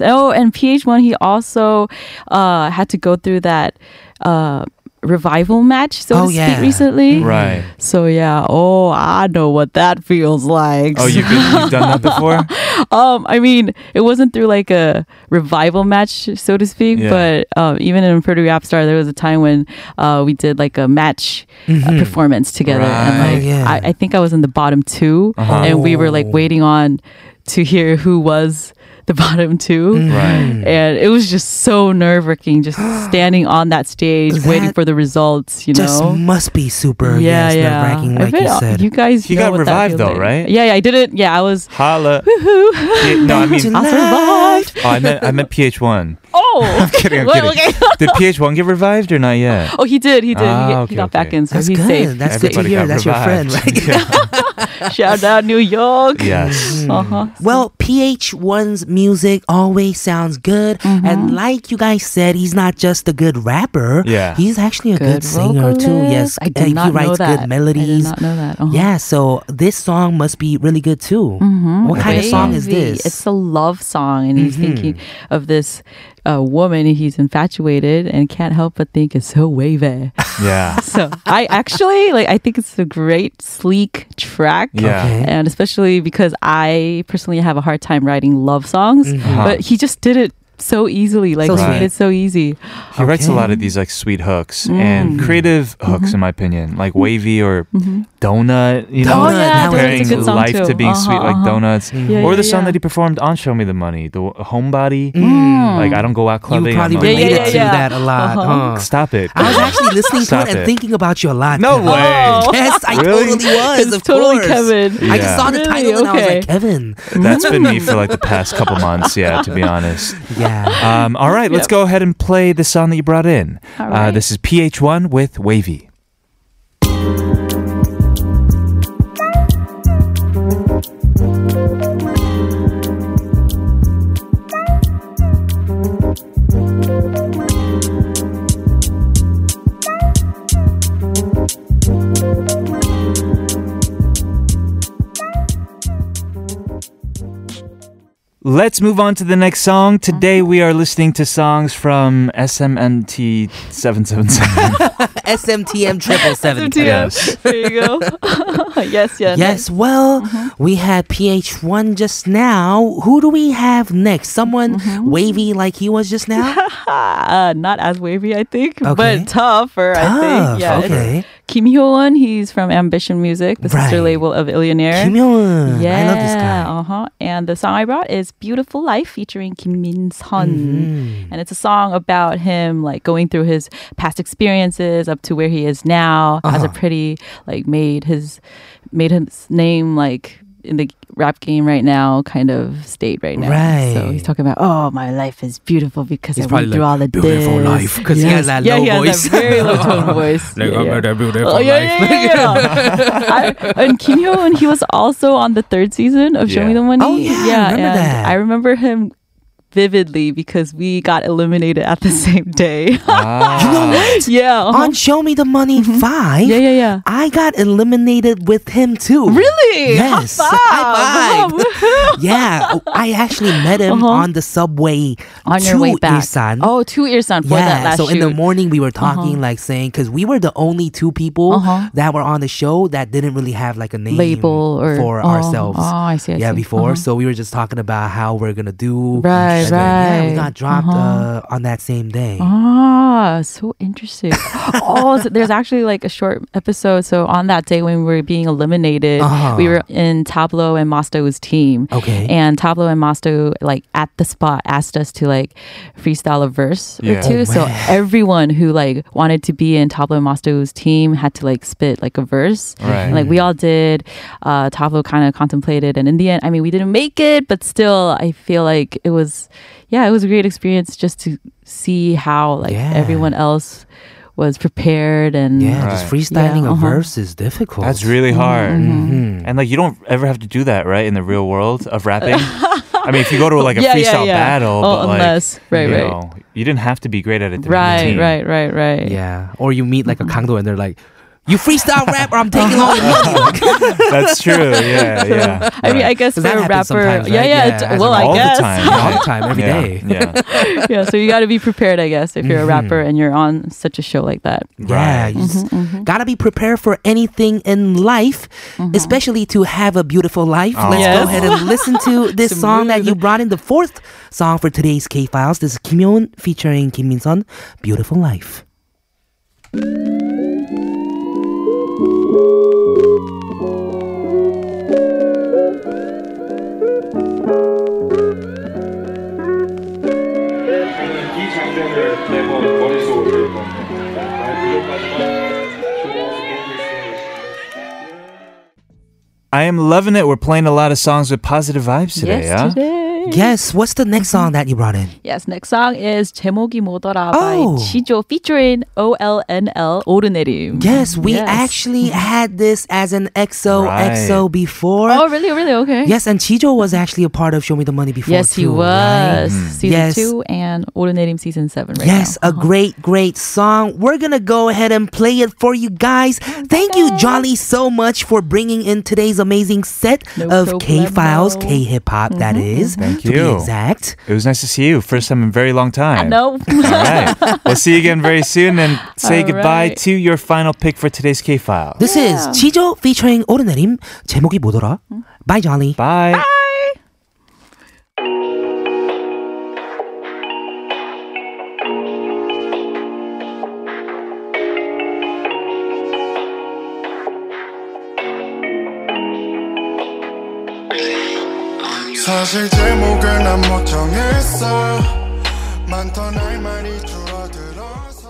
S1: on.
S6: yes,
S1: huh?
S6: yes. Oh, and PH1, he also uh, had to go through that uh, revival match, so
S1: Oh,
S6: to
S1: yeah.
S6: speak, recently.
S2: Right.
S6: So yeah, oh, I know what that feels like.
S2: Oh, you've, been, you've done that before?
S6: um, I mean, it wasn't through like a revival match, so to speak,
S2: Yeah.
S6: but um, even in Pretty Rap Star, there was a time when uh, we did like a match uh, performance together, and
S2: Right.
S1: Oh,
S6: like
S1: Mm-hmm. yeah.
S6: I, I think I was in the bottom 2 and we were like
S1: Oh.
S6: waiting on to hear who was the bottom 2
S1: Mm-hmm. Mm.
S2: Right.
S6: And it was just so nerve wracking, just standing on that stage, waiting
S1: That
S6: for the results. You
S1: Just
S6: know,
S1: must be super yes, nerve wracking,
S6: I
S1: like you
S6: bet
S1: said.
S6: You guys,
S2: He
S6: know
S2: got
S6: what that
S2: revived
S6: feels
S2: though,
S6: like.
S2: right?
S6: Yeah, yeah, I did it. Yeah, I was.
S2: Holla. Yeah, no, I mean,
S1: Tonight.
S2: oh, I meant I meant PH1.
S6: Oh, I'm
S2: kidding, I'm kidding. Did PH1 get revived or not yet?
S6: Oh, he did. He did.
S2: Ah, okay,
S6: he, get- he got
S2: okay.
S6: back in, so
S1: That's
S6: he's
S1: good.
S6: safe.
S1: That's good to
S2: Everybody
S1: hear.
S2: got
S1: That's your friend,
S2: revived.
S1: right?
S6: Shout out New York.
S2: Yes.
S1: Mm.
S6: Uh-huh.
S1: Well, PH1's music always sounds good.
S6: Mm-hmm.
S1: And like you guys said, he's not just a good rapper.
S2: Yeah.
S1: He's actually a good,
S6: Good
S1: singer, too. Yes.
S6: vocalist. I did
S1: and
S6: not
S1: he writes
S6: know that. I
S1: good
S6: did
S1: melodies.
S6: not know that. Uh-huh.
S1: Yeah, so this song must be really good, too.
S6: Mm-hmm.
S1: What kind of song is
S6: Baby.
S1: this?
S6: It's a love song, and he's
S2: Mm-hmm.
S6: thinking of this uh, woman he's infatuated and can't help but think is so wavy.
S2: Yeah.
S6: so I actually like. I think it's a great sleek track.
S2: Yeah.
S1: Okay.
S6: And especially because I personally have a hard time writing love songs,
S2: Uh-huh.
S6: but he just did it so easily. Like
S1: So
S6: he
S2: sweet.
S6: made it so easy.
S2: He writes a lot of these like sweet hooks
S1: Mm.
S2: and creative
S1: Mm-hmm.
S2: hooks, in my opinion, like wavy or donut. You know,
S1: Oh, yeah, Donut's a
S2: comparing
S1: good song,
S2: life to
S6: too.
S2: being sweet
S6: Uh-huh,
S2: like
S6: uh-huh.
S2: donuts,
S6: Yeah,
S2: or the
S6: yeah,
S2: song that he
S6: yeah.
S2: performed on "Show Me the Money," the homebody. Like I don't go
S1: Mm.
S2: out
S1: you
S2: clubbing.
S1: probably
S2: I'm not-
S1: related
S6: Yeah, yeah,
S1: to
S6: yeah.
S1: that a lot.
S6: Uh-huh.
S1: huh?
S2: Stop it.
S1: I was actually listening to
S2: Stop
S1: it and
S2: it.
S1: thinking about you a lot.
S2: No
S1: Kevin.
S2: way.
S6: Oh.
S1: Yes, I
S2: Really?
S1: totally was.
S6: It's
S1: Of
S6: totally
S1: course,
S6: Kevin.
S1: I just
S2: Yeah.
S1: saw the
S6: Really?
S1: title and I was
S6: Okay.
S1: like, Kevin.
S2: That's been me for like the past couple months. Yeah, to be honest.
S1: Yeah.
S2: Um, all right, let's go ahead and play the song that you brought in.
S6: All
S2: Uh,
S6: right.
S2: this is PH1 with Wavy. Let's move on to the next song. Today
S6: Uh-huh.
S2: we are listening to songs from SMNT 777.
S1: SMTM triple seven.
S2: yes.
S6: There you go. yes, yes.
S1: Yes, well,
S6: Mm-hmm.
S1: we had PH1 just now. Who do we have next? Someone
S6: Mm-hmm.
S1: wavy like he was just now?
S6: uh, not as wavy, I think,
S1: Okay.
S6: but tougher, I
S1: Tough,
S6: think. Yeah, it's
S1: okay.
S6: Kim Hyo-won, he's from Ambition Music, the sister
S1: Right.
S6: label of Illionaire.
S1: Kim Young. I
S6: yeah,
S1: love this guy.
S6: Uh-huh. And the song I brought is Beautiful Life featuring Kim Min Sun.
S1: Mm-hmm.
S6: And it's a song about him like going through his past experiences up to where he is now as
S1: Uh-huh.
S6: a pretty like made his made his name like in the rap game right now kind of state right now. So
S1: Right.
S6: he's talking about, oh, my life is beautiful because I went through all the
S1: beautiful
S6: this."
S1: life because he has that
S6: yeah,
S1: low
S6: he
S1: voice.
S6: has that very low tone voice.
S1: Like,
S6: yeah,
S1: I'm
S6: yeah.
S1: at a beautiful
S6: Oh, yeah,
S1: life.
S6: yeah, yeah, yeah. I, and Kim Hyo and he was also on the third season of Show
S2: Yeah.
S6: Me the Money.
S1: Oh, yeah, I remember
S6: and
S1: that.
S6: I remember him vividly because we got eliminated at the same day.
S2: Ah,
S1: You know what?
S6: yeah. uh-huh.
S1: On Show Me the Money 5,
S6: Mm-hmm. yeah, yeah, yeah.
S1: I got eliminated with him too.
S6: Really?
S1: Yes.
S6: High
S1: High
S6: five.
S1: five. yeah, I actually met him on the subway
S6: Uh-huh. on
S1: to
S6: your way back.
S1: Busan.
S6: Oh, to Irsan for that
S1: yeah,
S6: last
S1: so in the
S6: shoot.
S1: morning we were talking like saying because we were the only two people
S6: Uh-huh.
S1: that were on the show that didn't really have like a name
S6: Label or-
S1: for
S6: oh,
S1: ourselves.
S6: oh, I see, I
S1: yeah,
S6: see.
S1: before,
S6: Uh-huh.
S1: so we were just talking about how we're gonna do.
S6: Right,
S1: and then, Yeah, we
S6: right.
S1: got dropped uh
S6: Uh-huh.
S1: on that same day.
S6: Ah, so interesting. oh, so there's actually like a short episode. So on that day when we were being eliminated,
S1: Uh-huh.
S6: we were in Tableau and Masto's team.
S1: Okay.
S6: And Tableau and Masto, like at the spot, asked us to like freestyle a verse
S2: Yeah.
S6: or two.
S1: Oh,
S6: so
S1: man.
S6: everyone who like wanted to be in Tableau and Masto's team had to like spit like a verse.
S2: Right.
S6: And, like we all did. Uh, Tableau kind of contemplated, and in the end, I mean, we didn't make it, but still, I feel like it was, yeah, it was a great experience just to see how like
S1: Yeah.
S6: everyone else was prepared and
S1: yeah,
S2: Right.
S1: just freestyling
S6: Yeah,
S1: a
S6: uh-huh.
S1: verse is difficult. Mm-hmm.
S2: That's really hard.
S6: Mm-hmm. Mm.
S2: And like you don't ever have to do that, right, in the real world of rapping. I mean, if you go to like a
S6: Yeah, yeah,
S2: freestyle
S6: yeah.
S2: battle,
S6: Oh,
S2: but like,
S6: unless- right,
S2: you
S6: right.
S2: know, you didn't have to be great at it. To be
S6: right,
S2: in the team.
S6: right, right, right.
S1: Yeah, or you meet like a
S6: Mm-hmm.
S1: condo and they're like, "You freestyle rap, or I'm taking all your
S6: Uh-huh.
S1: money."
S2: That's true. Yeah, yeah.
S6: I mean, I
S2: right.
S6: guess
S1: Because
S6: for
S1: that
S6: a
S1: happens
S6: rapper,
S1: sometimes, right?
S6: yeah, yeah.
S1: Yeah,
S6: it's-
S1: it happens
S6: well, I
S2: all
S6: guess,
S2: the time,
S1: All the time, every
S2: yeah,
S1: day.
S2: Yeah,
S6: yeah. So you got to be prepared, I guess, if you're a
S2: Mm-hmm.
S6: rapper and you're on such a show like that.
S1: Yeah,
S2: right.
S1: you just
S6: Mm-hmm,
S1: gotta be prepared for anything in life,
S6: Mm-hmm.
S1: especially to have a beautiful life. Let's go
S2: Yes.
S1: ahead and listen to this song that you brought in, the fourth song for today's K Files. This is Kim Yoon featuring Kim Min Sun, Beautiful Life.
S9: 이 장면을 매번 머릿속으로 말
S2: I am loving it. We're playing a lot of songs with positive vibes today.
S6: yes,
S2: yeah?
S6: today.
S1: Yes, what's the next
S6: Mm-hmm.
S1: song that you brought in?
S6: Yes, next song is 제목이 뭐더라
S1: Oh.
S6: by Chijo featuring OLNL 오르내림.
S1: Yes, we
S6: Yes. Mm-hmm.
S1: actually had this as an EXO EXO
S2: Right.
S1: before.
S6: Oh, really? Really? Okay.
S1: Yes, and Chijo was actually a part of Show Me the Money before.
S6: Yes, he
S1: too, right? Mm.
S6: was. Season
S1: Yes.
S6: 2 and 오르내림 season 7 right
S1: Yes,
S6: now.
S1: a great, great song. We're gonna go ahead and play it for you guys. Thank you, Jolly, so much for bringing in today's amazing set
S6: No
S1: of
S6: Mm-hmm.
S1: K Files,
S6: problemo.
S1: K Hip Hop, that is.
S2: Thank
S1: to be
S2: you.
S1: exact.
S2: It was nice to see you. First time in a very long time.
S6: I know.
S2: All right. We'll see you again very soon and say
S6: All
S2: goodbye
S6: right.
S2: to your final pick for today's K File.
S1: This is Chijo featuring 오르내림. 제목이 뭐더라?
S6: Mm-hmm.
S1: Bye, Jolly.
S2: Bye.
S9: 사실 제목은 안못 정했어 많던 할 말이 줄어들어서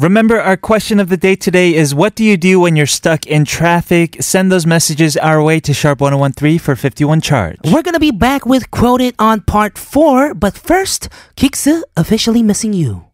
S2: Remember, our question of the day today is What do you do when you're stuck in traffic? Send those messages our way to Sharp1013 for 51 charge.
S1: We're gonna be back with Quoted on part four, but first, Kiksu officially missing you.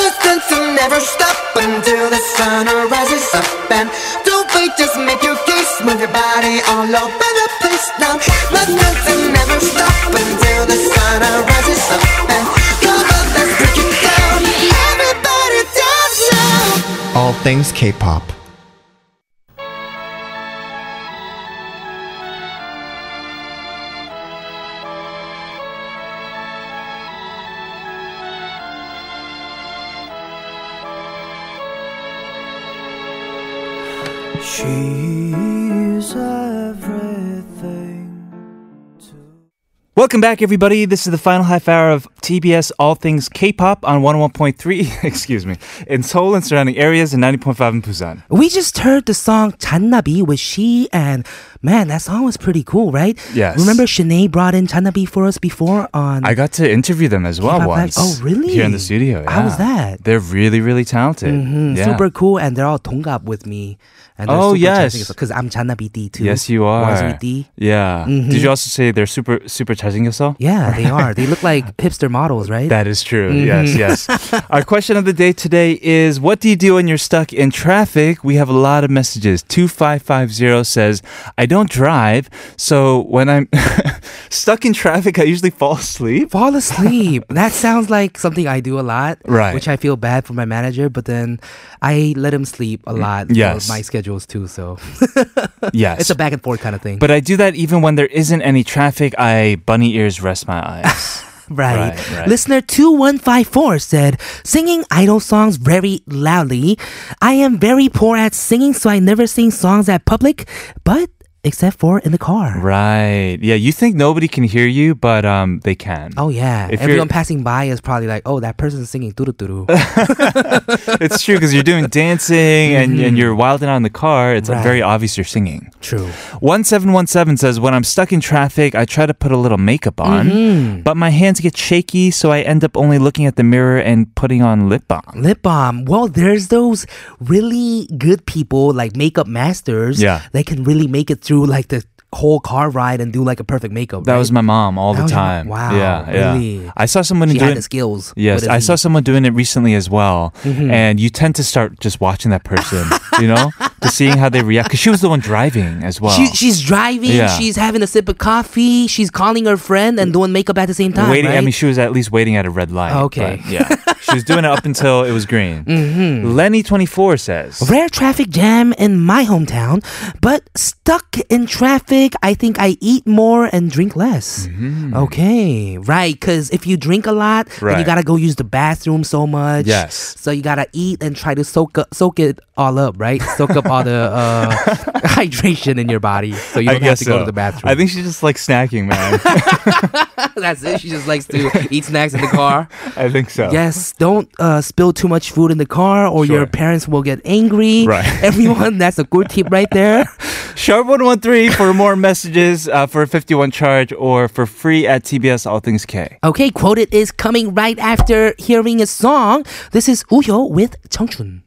S9: Listen to me
S4: never stop until the sun rises up and don't wait just make your case move your body all over the place now let nothing never stop until the sun rises up and come on let's break it down everybody dance now
S10: All things K-pop.
S4: she's everything
S2: Welcome back, everybody. This is the final half hour of TBS All Things K-pop on 101.3, excuse me, in Seoul and surrounding areas and 90.5 in Busan.
S1: We just heard the song Channabi with she and man, that song was pretty cool, right?
S2: Yes.
S1: Remember Shanae brought in Channabi for us before on
S2: I got to interview them as well
S1: K-pop
S2: once.
S1: Live. Oh, really?
S2: Here in the studio.
S1: How
S2: yeah.
S1: was that?
S2: They're really, really talented.
S1: Mhm,
S2: Yeah.
S1: super cool and they're all 동갑 with me. And
S2: Oh, yes.
S1: Because I'm Channabi D too.
S2: Yes, you are.
S1: Wazoo D. Mm-hmm.
S2: Yeah. Did you also say they're super, super 잘생겼어?
S1: Yeah, they are. They look like hipster models, right?
S2: That is true. Yes, yes. Our question of the day today is What do you do when you're stuck in traffic? We have a lot of messages. 2550 says, I don't drive, so when I'm stuck in traffic, I usually fall asleep.
S1: Fall asleep. that sounds like something I do a lot.
S2: Right.
S1: Which I feel bad for my manager, but then I let him sleep a lot. you know,
S2: yes.
S1: my schedules too, so
S2: Yes.
S1: it's a back and forth kind of thing.
S2: but I do that even when there isn't any traffic. I bunny ears rest my eyes.
S1: Right.
S2: Right, right.
S1: Listener 2154 said, singing idol songs very loudly. I am very poor at singing, so I never sing songs at public, but except for in the car.
S2: right. Yeah, you think nobody can hear you, but um, they can.
S1: Oh, yeah.
S2: If
S1: Everyone
S2: you're-
S1: passing by is probably like, oh, that person's singing doo doo
S2: it's true because you're doing dancing and, and you're wilding out in the car. It's like
S1: Right.
S2: very obvious you're singing.
S1: True.
S2: 1717 says, When I'm stuck in traffic, I try to put a little makeup on,
S1: Mm-hmm.
S2: but my hands get shaky, so I end up only looking at the mirror and putting on lip balm.
S1: Lip balm. Well, there's those really good people like makeup masters.
S2: Yeah.
S1: They can really make it through like the whole car ride and do like a perfect makeup.
S2: That was
S1: right?
S2: my mom all
S1: That
S2: the
S1: was your mom?
S2: time.
S1: Oh, Wow,
S2: Yeah, yeah.
S1: really?
S2: I saw someone
S1: She
S2: doing
S1: had the skills.
S2: Yes,
S1: but it's-
S2: I saw someone doing it recently as well,
S1: Mm-hmm.
S2: and you tend to start just watching that person, you know, to seeing how they react. Because she was the one driving as well.
S1: She, she's driving,
S2: Yeah. Mm.
S1: she's having a sip of coffee, she's calling her friend and doing makeup at the same time.
S2: waiting.
S1: right?
S2: I mean, she was at least waiting at a red light.
S1: Okay.
S2: but yeah, she was doing it up until it was green. Mm-hmm. Lenny twenty four says.
S1: Rare traffic jam in my hometown, but stuck in traffic, I think I eat more and drink less. Okay, right. Because if you drink a lot, then you
S2: Mm-hmm. Right.
S1: gotta go use the bathroom so much.
S2: Yes.
S1: So you gotta eat and try to soak up, soak it all up, right? Soak up all the uh, hydration in your body, so you
S2: I
S1: don't have
S2: guess
S1: to go
S2: so.
S1: to the bathroom.
S2: I think she's just like snacking, man.
S1: that's it. She just likes to eat snacks in the car.
S2: I think so.
S1: Yes, don't uh, spill too much food in the car, or your
S2: Sure.
S1: parents will get angry.
S2: Right.
S1: Everyone, that's a good tip right there.
S2: Sharp one one three for more messages uh, for a fifty one charge or for free at TBS All Things K.
S1: Okay, quoted is coming right after hearing a song. This is Uyo with 청춘.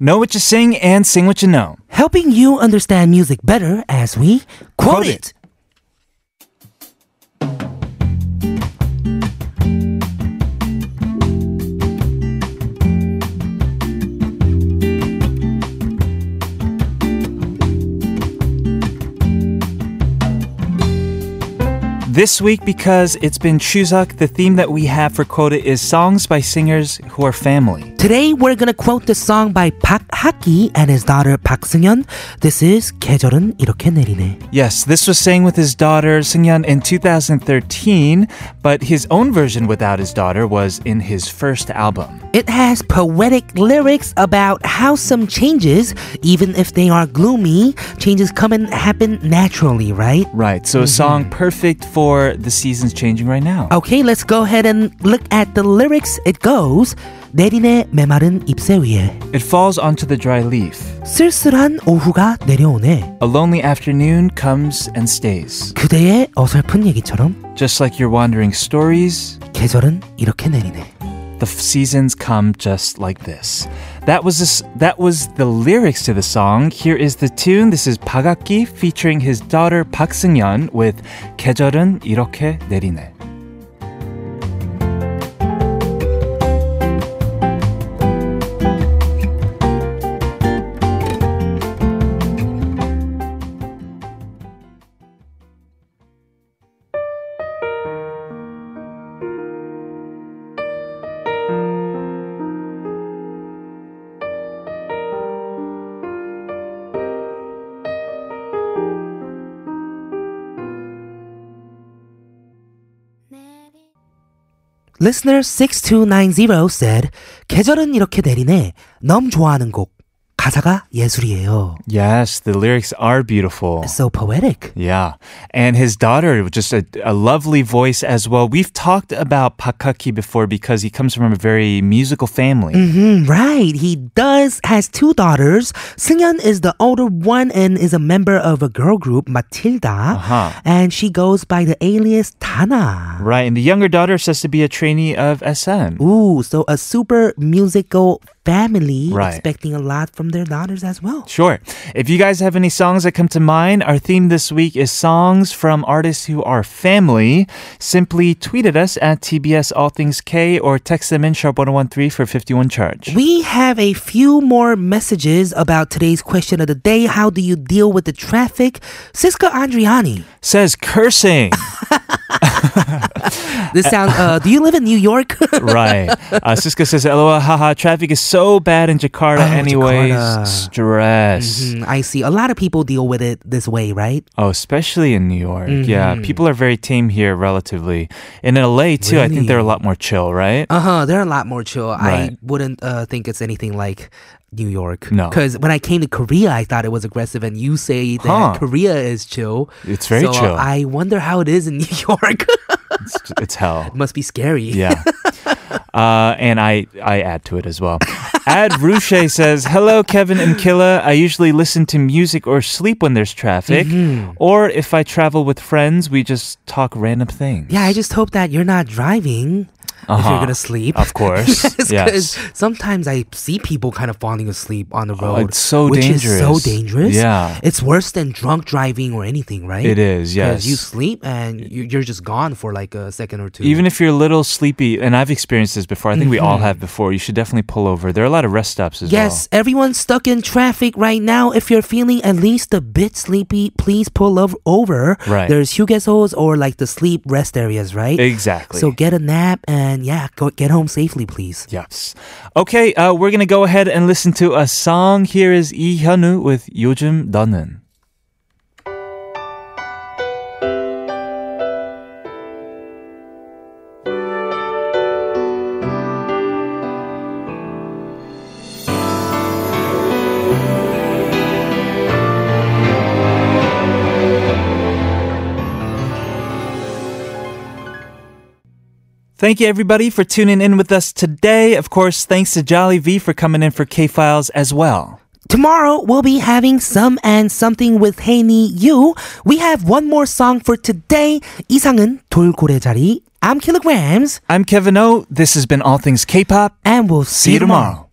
S2: Know what you sing and sing what you know.
S1: Helping you understand music better as we quote,
S2: Quote
S1: it.
S2: it. This week, because it's been Chuseok, the theme that we have for Quota is songs by singers who are family.
S1: Today we're gonna quote the song by Park Haki and his daughter Park Seungyeon. This is 계절은 이렇게 내리네.
S2: Yes, this was sang with his daughter Seungyeon in 2013, but his own version without his daughter was in his first album.
S1: It has poetic lyrics about how some changes, even if they are gloomy, changes come and happen naturally, right?
S2: Right, so a song perfect for the seasons changing right now.
S1: Okay, let's go ahead and look at the lyrics. It goes 내린의 메마른 잎새 위에
S2: It falls onto the dry leaf.
S1: 쓸쓸한 오후가 내려오네.
S2: A lonely afternoon comes and stays.
S1: 그대의 어설픈 얘기처럼
S2: Just like your wandering stories,
S1: 계절은 이렇게 내리네.
S2: the f- seasons come just like this. That was this, that was the lyrics to the song. Here is the tune. This is Pagaki featuring his daughter Park Seung-yeon with 계절은 이렇게 내리네.
S1: Listener 6290 said 계절은 이렇게 내리네. 넘 좋아하는 곡. 가사가 예술이에요.
S2: Yes, the lyrics are beautiful.
S1: It's so poetic.
S2: Yeah. And his daughter, just a, a lovely voice as well. We've talked about Pakaki before because he comes from a very musical family.
S1: hmm right. He does has two daughters. Seungyeon is the older one and is a member of a girl group, Matilda,
S2: Uh-huh.
S1: and she goes by the alias Tana.
S2: Right. And the younger daughter says to be a trainee of SM.
S1: Ooh, so a super musical family
S2: Right.
S1: expecting a lot from their daughters as well.
S2: Sure. If you guys have any songs that come to mind, our theme this week is songs from artists who are family. Simply tweet at us at TBS All Things K or text them in sharp 1013 for 51 charge.
S1: We have a few more messages about today's question of the day. How do you deal with the traffic? Siska Andriani.
S2: Says cursing.
S1: This sound. Uh, do you live in New York?
S2: right. Uh, Siska says, LOL, haha, traffic is so bad in Jakarta,
S1: Oh,
S2: anyways.
S1: Jakarta.
S2: Stress.
S1: Mm, I see. A lot of people deal with it this way, right?
S2: Oh, especially in New York. Yeah,
S1: Mm-hmm.
S2: people are very tame here, relatively. And in LA, too, I think they're a lot more chill, right?
S1: Uh huh. They're a lot more chill. I
S2: Right.
S1: wouldn't uh, think it's anything like New York.
S2: No.
S1: Because when I came to Korea, I thought it was aggressive, and you say that
S2: Huh.
S1: Korea is chill.
S2: It's very
S1: So, uh,
S2: chill.
S1: I wonder how it is in New York.
S2: It's, it's hell.
S1: it must be scary.
S2: Yeah. Uh, and I, I add to it as well. Ad Ruche says, Hello, Kevin and Killa. I usually listen to music or sleep when there's traffic.
S1: Mm-hmm.
S2: Or if I travel with friends, we just talk random things.
S1: Yeah, I just hope that you're not driving if
S2: Uh-huh.
S1: you're gonna sleep.
S2: Of course.
S1: yes, 'cause
S2: Yes.
S1: sometimes I see people kind of falling asleep on the
S2: Oh,
S1: road.
S2: it's so
S1: which Is so
S2: dangerous.
S1: dangerous.
S2: Yeah.
S1: it's worse than drunk driving or anything, right?
S2: It is,
S1: 'Cause you
S2: yes.
S1: sleep and you- you're just gone for like a second or two.
S2: Even if you're a little sleepy, and I've experienced this before, I think we all have before, you should definitely pull over. There are a lot of rest stops as well.
S1: Mm-hmm. Yes, everyone's stuck in traffic right now. If you're feeling at least a bit sleepy, please pull ov- over.
S2: Right.
S1: There's 휴게소's or like the sleep rest areas, right?
S2: Exactly.
S1: So get a nap and yeah, go get home safely, please.
S2: Yes. Okay, uh, we're gonna go ahead and listen to a song. Here is 이현우 with 요즘 너는. Thank you, everybody, for tuning in with us today. Of course, thanks to Jolly V for coming in for K Files as well.
S1: Tomorrow we'll be having some and something with Haney You. We have one more song for today. 이상은 돌고래 자리. I'm Kilograms,
S2: I'm Kevin O. This has been All Things K-pop.
S1: and we'll see,
S2: See you tomorrow.